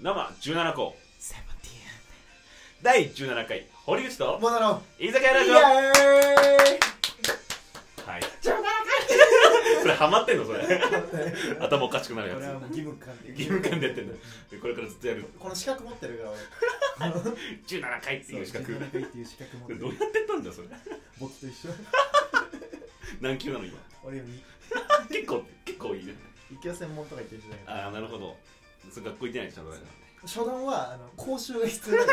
生17個第17回堀口とモノの居酒イ屋ラジオはい それハマってんのそ れ頭おかしくなるこれはやもう義務感でつ義務感でやってんだでこれからずっとやるこの資格持ってるから俺17回っていう資格そう17回っていう資格持ってどうるやってたんだそれ僕と一緒何級なの今俺より結構結構いいね一級専門とか言ってる人だからああなるほどそれ学校行ってないでしょそれ初段はあの講習が必要なの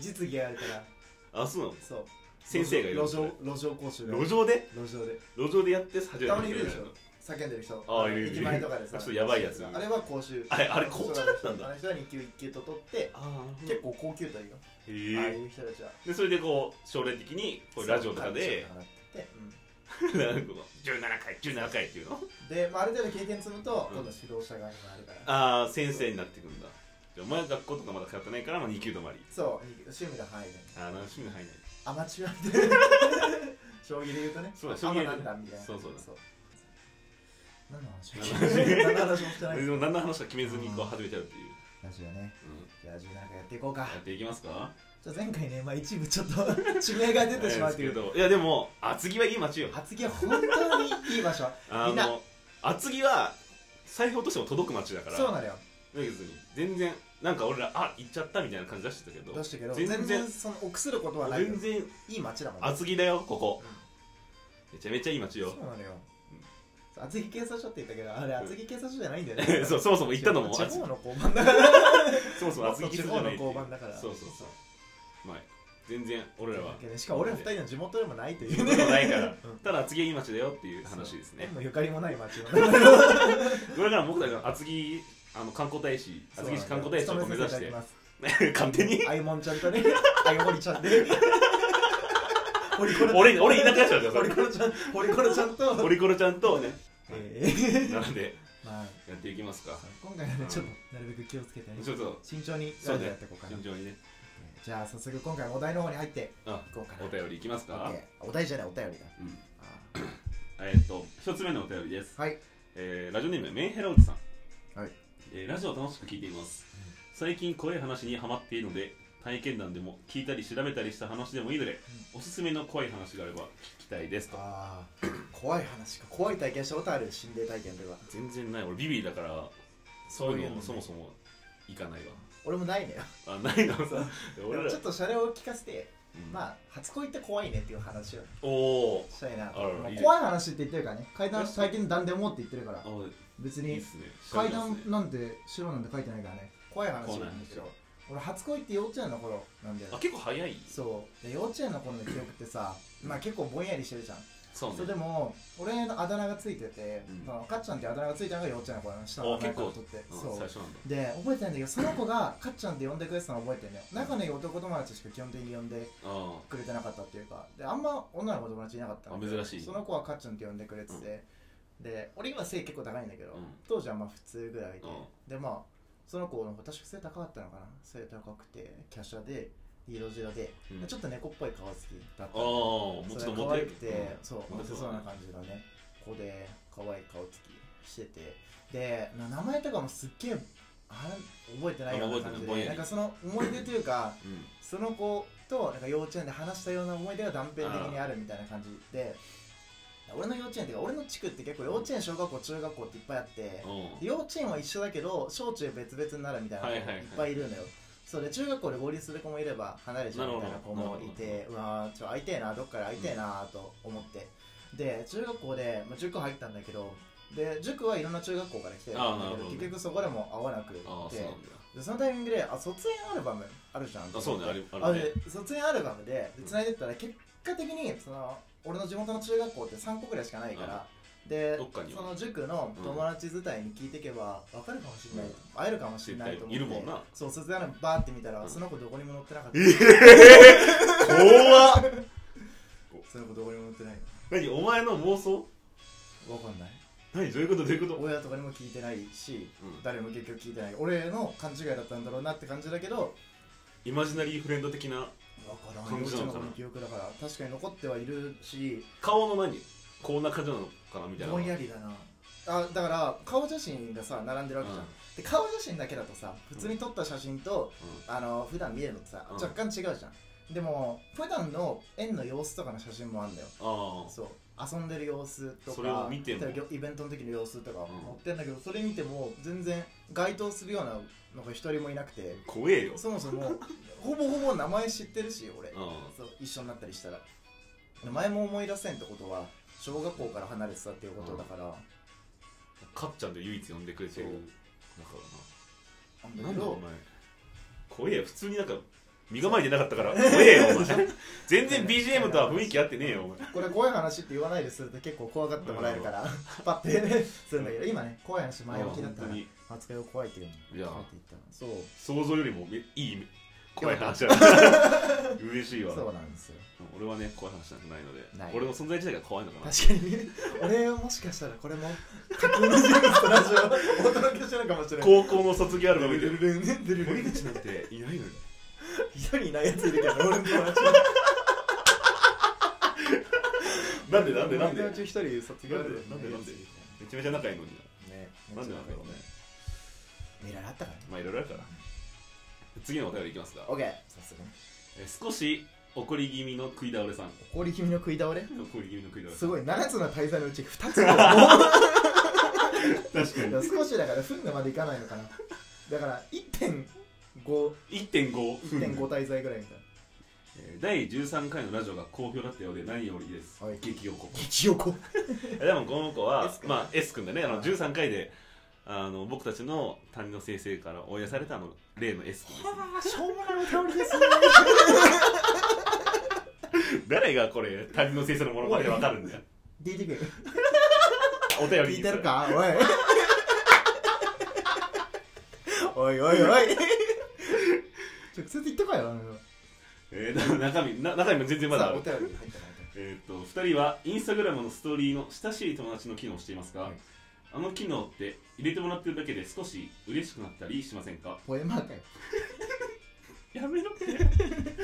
実技があるからあそうなのそう先生がいる路上路上講習がある路上で路上で路上でやって初めてたまにいるでしょ叫んでる人あいるいる駅前とかでさそうやばいやつあれは講習あれあれ講習だったんだあの人は2級1級と取ってああ結構高級というかへあえあいう人たちはでそれでこう将来的にこうラジオとかでそうラジオとかでうんなんかこう17回17回っていうので、まあ、ある程度経験積むと、うん今度指導者側にもあるからああ先生になってくんだじゃあお前は学校とかまだ通ってないから、まあ、2級止まりそう趣味が入るああ楽しみが入んないアマチュアみたいな将棋で言うとねそうあ将棋でアマなんだみたいなそうそうだそう何の話もしてない何の話もしてないでも何の話か決めずにこう始めちゃうっていう、ラジオねうじゃあ17回やっていこうかん、やっていきますかじゃあ前回ね、まあ、一部ちょっと地名が出てしまうっていあれですうけどいやでも厚木はいい街よ厚木は本当にいい場所あみんなの厚木は財布落としても届く街だからそうなのよだけど全然なんか俺らあ行っちゃったみたいな感じ出してたけど出したけど全全然然その臆することはないよ全然いい街だもんね厚木だよここめちゃめちゃいい街よ そうなのようんそう厚木警察署って言ったけどあれうん厚木警察署じゃないんだよねそうそもそも行ったのも地厚木方の交番だからそもそも厚木地地方方のの交番だからそうそうそうまあ全然俺らはしかも俺ら二人の地元でもないというでもないから うんただ厚木はいい街だよっていう話ですね縁もゆかりもない街のこれから僕たちの厚木あの観光大使厚木市観光大使を目指してて 勝手にあいもんちゃんとねあいもりちゃんでホリコ ロ俺俺いなくなっちゃうじゃんそ ホリれコロちゃんホリコロちゃんとオリコロちゃんとねえーなのでまあやっていきますか今回はねちょっとなるべく気をつけてねちょっと慎重にラジオやっていこうかな慎重にねじゃあ早速今回お題の方に入っていあこうかなお便りいきますか OK お題じゃないお便りだうんあえーっと一つ目のお便りですーはいえーラジオネームメンヘラおじさん、はいえーラジオを楽しく聞いています、最近怖い話にハマっているので体験談でも聞いたり調べたりした話でもいいので、おすすめの怖い話があれば聞きたいですとあー怖い話か怖い体験したことある心霊体験というか全然ない俺ビビリだからそういうのもそそうもいうのそもいかない俺もないの よわあないのさ俺らちょっとシャレを聞かせて、あまあ初恋って怖いねっていう話をおおしたいなとあららまあいいね怖い話って言ってるからね階段最近断でもって言ってるからあ別いいっにすね階段なんて白なんて書いてないからね怖い話なんですよ怖い俺初恋って幼稚園の頃なんだあよ結構早いそうで幼稚園の頃の記憶ってさまあ結構ぼんやりしてるじゃんそうねそうでも俺のあだ名がついてて、うんそのかっちゃんっていうあだ名がついたのが幼稚園の頃の下の名前から取ってうんそう最初なんだで覚えてないんだけどその子がかっちゃんって呼んでくれてたの覚えてるのよ仲のいい男友達しか基本的に呼んであくれてなかったっていうかであんま女の子友達いなかったんだけどあ珍しいその子はかっちゃんって呼んでくれてて、で俺今背結構高いんだけど、うん当時はまあ普通ぐらいで、うでまあその子の方確か背高かったのかな背高くて華奢で色白で、うんちょっと猫っぽい顔つきだったあああもうちょっそとれ可モテ愛くて、そうモモテテそうな感じだねここで可愛い顔つきしててでな名前とかもすっげえあ覚えてないようなあ覚えてない感じぼんやでりなんかその思い出というかうんその子となんか幼稚園で話したような思い出が断片的にあるみたいな感じで俺の幼稚園っていうか俺の地区って結構幼稚園小学校中学校っていっぱいあってうん幼稚園は一緒だけど小中別々になるみたいな子はもいいはいはっいぱいいるのよ、そうで中学校で合流する子もいれば離れちゃうみたいな子もいなるてうわーちょ会いたいなどっから会いたいなと思って、で中学校で、まあ、塾入ったんだけどで塾はいろんな中学校から来てるんだあーなるほけどどね結局そこでも会わなくてああそうなんだでそのタイミングであ卒園アルバムあるじゃんあそうねあるあるねで卒園アルバムでで繋いでったら結果的にその俺の地元の中学校って3個ぐらいしかないから、でどっかにはその塾の友達伝いに聞いていけば分かるかもしれない、うん会えるかもしれないと思って絶対いるもんなそう卒園アルバムバーって見たら、うんその子どこにも載ってなかった、え怖っその子どこにも載ってない何お前の妄想分かんない何どういうことどういうこと親とかにも聞いてないしうん誰も結局聞いてない俺の勘違いだったんだろうなって感じだけどイマジナリーフレンド的な分からん感じなののかな記憶だから確かに残ってはいるし顔の何こんな感じなのかなみたいなぼんやりだなあだから顔写真がさ並んでるわけじゃん、うんで顔写真だけだとさ普通に撮った写真と、あの普段見るのってさうん若干違うじゃん、でも普段の園の様子とかの写真もあるんだよああそう遊んでる様子とかそれを見ても例えばイベントの時の様子とかん載ってんだけど、それ見ても全然該当するようなのが一人もいなくて怖えよそも そもほぼほぼ名前知ってるし俺、うそう一緒になったりしたら前も思い出せんってことは小学校から離れてたっていうことだから、んかっちゃんで唯一呼んでくれてるだかならなんだなけんだおど前怖えよ普通になんか身構えてなかった から怖えよお前全然 BGM とは雰囲気合ってねえよお前これ怖い話って言わないですると結構怖がってもらえるから、パッて、ね、するんだけど今ね怖い話前置きだった本ら当に扱いを怖いっていういのやを書いていったのそう想像よりもめいい怖い話だった 嬉しいわそうなんですよ俺はね怖い話なんてないのでない俺の存在自体が怖いのかな確かに俺はもしかしたらこれも架空の人物とラジオをお届けしてるかもしれな高い校の卒業アルバム見てルルルンねルルル森ンね口なんていないのに一人いないやついるけど俺の友達なんでなんでなんで俺の友達一人卒業アルなバムんでなんでめちゃめちゃ仲いいのにねななんでなんだろうねいろいろあったからねまあいろいろあるから次のお便りいきますかオッケーさすがにえー少し怒り気味の食い倒れさん氷君の食い倒れ怒り気味の食い倒れさんすごい7つの滞在のうち2つぐら確かいに少しだから分までいかないのかなだから1.51.5 1.5分滞在ぐらいみたいな えー第13回のラジオが好評だったようで何よりです、はい激怒激横えでもこの子は S 君まあ S 君だねあはのい13回であの僕たちの担任の先生から追い出されたあの例の S 君ですねしょうもないお便りですね誰がこれ担任の先生のものまでわかるんだよ聞いてくれお便り聞にいてるか おいおいおいおい直接言ってこいよあのえー、な中身な中身も全然まだあさあるお便り入ったなえーっと2人はインスタグラムのストーリーの親しい友達の機能をしていますか、はいあの機能って入れてもらってるだけで少し嬉しくなったりしませんかポエマーかよやめろって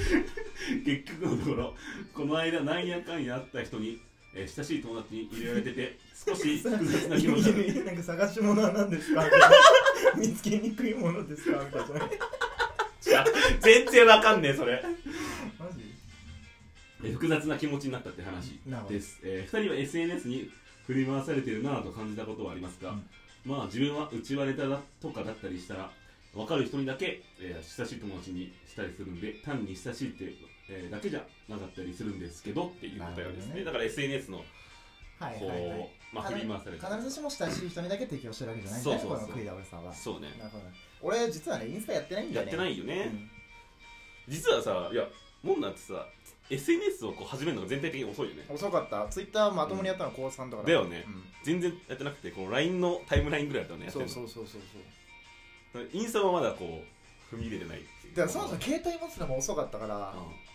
結局のところこの間なんやかんやあった人に、えー親しい友達に入れられてて少し複雑な気持ちになんか探し物は何です か見つけにくいものですかみたいな なった全然わかんねえそれマジえー複雑な気持ちになったって話なるほどです、え2人は SNS に振り回されてるなぁと感じたことはありますか、うんまあ自分はうちはネタだとかだったりしたら分かる人にだけ、えー親しい友達にしたりするんで単に親しいって、えーだけじゃなかったりするんですけどっていう答えはですなるほねどねだから SNS のこはう、いはいはいまあ、振り回されて必ずしも親しい人にだけ適用してるわけじゃないんそだうねそうこそうの食い倒れさんはそうねなるほど俺実はねインスタやってないんだやよっねてないいよね、実はさいやもんなんてさ SNS をこう始めるのが全体的に遅いよね遅かったツイッターまともにやったの高3とかだよねうん全然やってなくてこの LINE のタイムラインぐらいだったよねやってそるうのそうそうそうそうインスタはまだこう踏み入れてないっていうだからそもそも携帯持つのも遅かったから、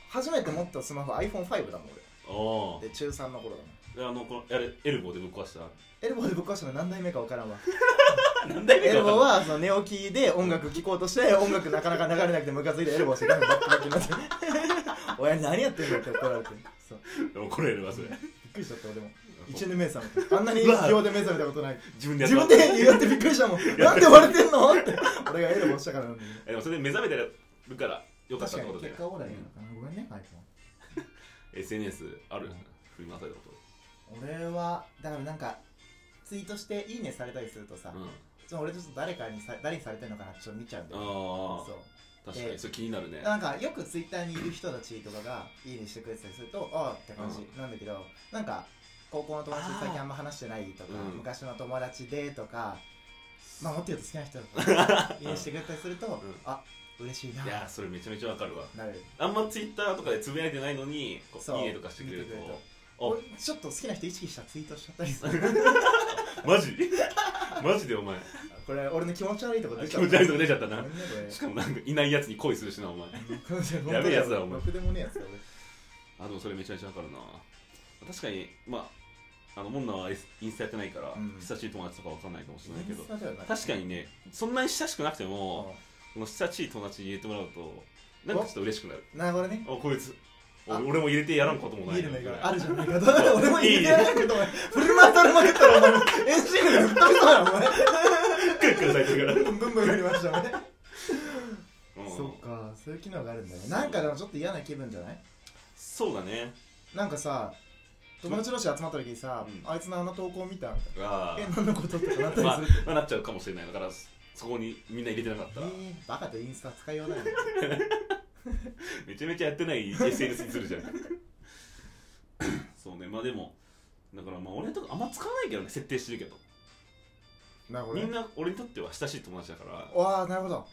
初めて持ったスマホ iPhone5 だもんうんあ俺で中3の頃だもんあであのこのあれエルボーでぶっ壊したエルボーでぶっ壊したの何代目か 分からんわ何代目エかル分ボかーんないはその寝起きで音楽聴こうとして音楽なかなか流れなくてムカついてエルボーしてガンバッキバキになって 親に何やってんのって怒られてそうでも怒られるわそれびっくりしちゃった俺も一年目覚めたあんなにうわ秒で目覚めたことない自分でやっ自た分で言ってびっくりしたもんなんで割れてんのって俺がエルボーしたからなんだよねえでもそれで目覚めてるからよかっ確たってこかにとで結果オーライなのかなごめんね iPhone SNS あるうん振り回されたこ俺はだからなんかツイートして「いいね」されたりするとさ、とうんちょっと俺ちょっと誰かにさ誰にされてるのかなってちょっと見ちゃうんだよあそうあ確かにそれ気になるねなんかよくツイッターにいる人たちとかが「いいね」してくれてたりすると「ああ」って感じうなんだけどなんか高校の友達あー最近あんま話してないとか、うん昔の友達でとかまあもっと言うと好きな人 とかいいねしてくれたりすると、んあ嬉しいないやーそれめちゃめちゃわかるわなるあんまツイッターとかでつぶやいてないのにこうそういいねとかしてくれる見てくれると俺ちょっと好きな人意識したツイートしちゃったり するあマジ マジでお 前これ俺の気持ち悪いとこ出ち気ゃ持ち悪いとこ出ちゃったごめなんねこれしかもなんかいないやつに恋するしなお前ややべえやつだお前ろくでもねえやつだあでもそれめちゃめちゃわかるな確かにまああのモンナは S- インスタやってないから、うん親しい友達とかわかんないかもしれないけ俺ど確確かにねそんなに親しくなくても、うこの親しい友達に入れてもらうとなんかちょっと嬉しくなるんなるほどねあこいつお俺も入れてやらんこともない見る目があるるじゃないか と俺も入れてやらなくてお前フルマ当たりまくったらお前遠心力で吹っ飛びそうやなお前くるくるされてる からブンブンブンやりましたねうんそっかそういう機能があるんだねなんかでもちょっと嫌な気分じゃないそうだねなんかさ友達同士集まった時にさ、うんあいつのあの投稿見たみたいあなえー何のこととかなったりまあする、まあなっちゃうかもしれないだからそこにみんな入れてなかったらえー、バカとインスタ使いようだよねめちゃめちゃやってない SNS にするじゃんそうねまあでもだからまあ俺とかあんま使わないけどね設定してるけどなるほどみね んな俺にとっては親しい友達だからわあなるほど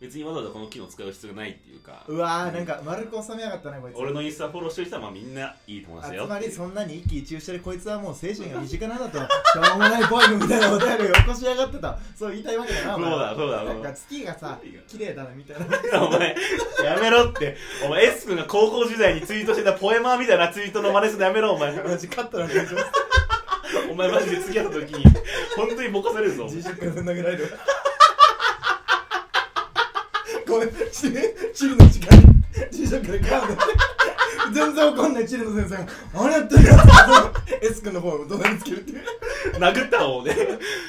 別にわざわざこの機能使う必要がないっていうかうわーなんか丸く収めやがったねこいつ俺のインスタフォローしてる人はまあみんないい友あ達だつよまっていりうそんなに一喜一憂してるこいつはもう精神が身近なんだと しょうもないボーイみたいなお便りを起こしやがってたそう言いたいわけだなお前そうだそうだなんか月がさ月が綺麗だなみたいなお前、やめろって。お前、S 君が高校時代にツイートしてたポエマーみたいなツイートの真似するのやめろ、お前。マジカットなんでしょお前、マジで次会った時に、本当にボコされるぞ。自粛ぶん投げられるごめんチリチリの時間自粛でカード全然怒んないチリの先生が何やってんだよ S 君の方を怒鳴りつけるっていう殴った方を ね。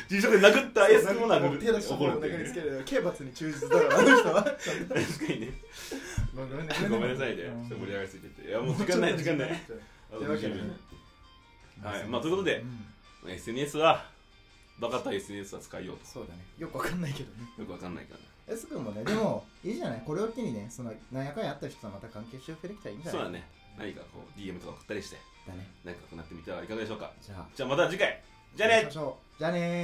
自職で殴った S 君も殴手る。出した方怒るをって殴いりうつね。ける刑罰に忠 実だからあの人は確かにね。ごめんねごめんなさいね。ちうょんっと盛り上がりすぎてて。いや、もう時間ない、時間ない。あとというわけで20ね秒はいまあということでん SNS は、バカった SNS は使いようそうだねよくわかんないけどねと。よくわかんないからね。 S 君もねでもいいじゃないこれを機にねその何やかんやあった人とまた関係修復できたらいいんじゃそなういだね。何かこう、DM とか送ったりして、だね仲良くなってみてはいかがでしょうか。じゃあじゃあまた次回。じゃあお会いねしましょうじゃあねー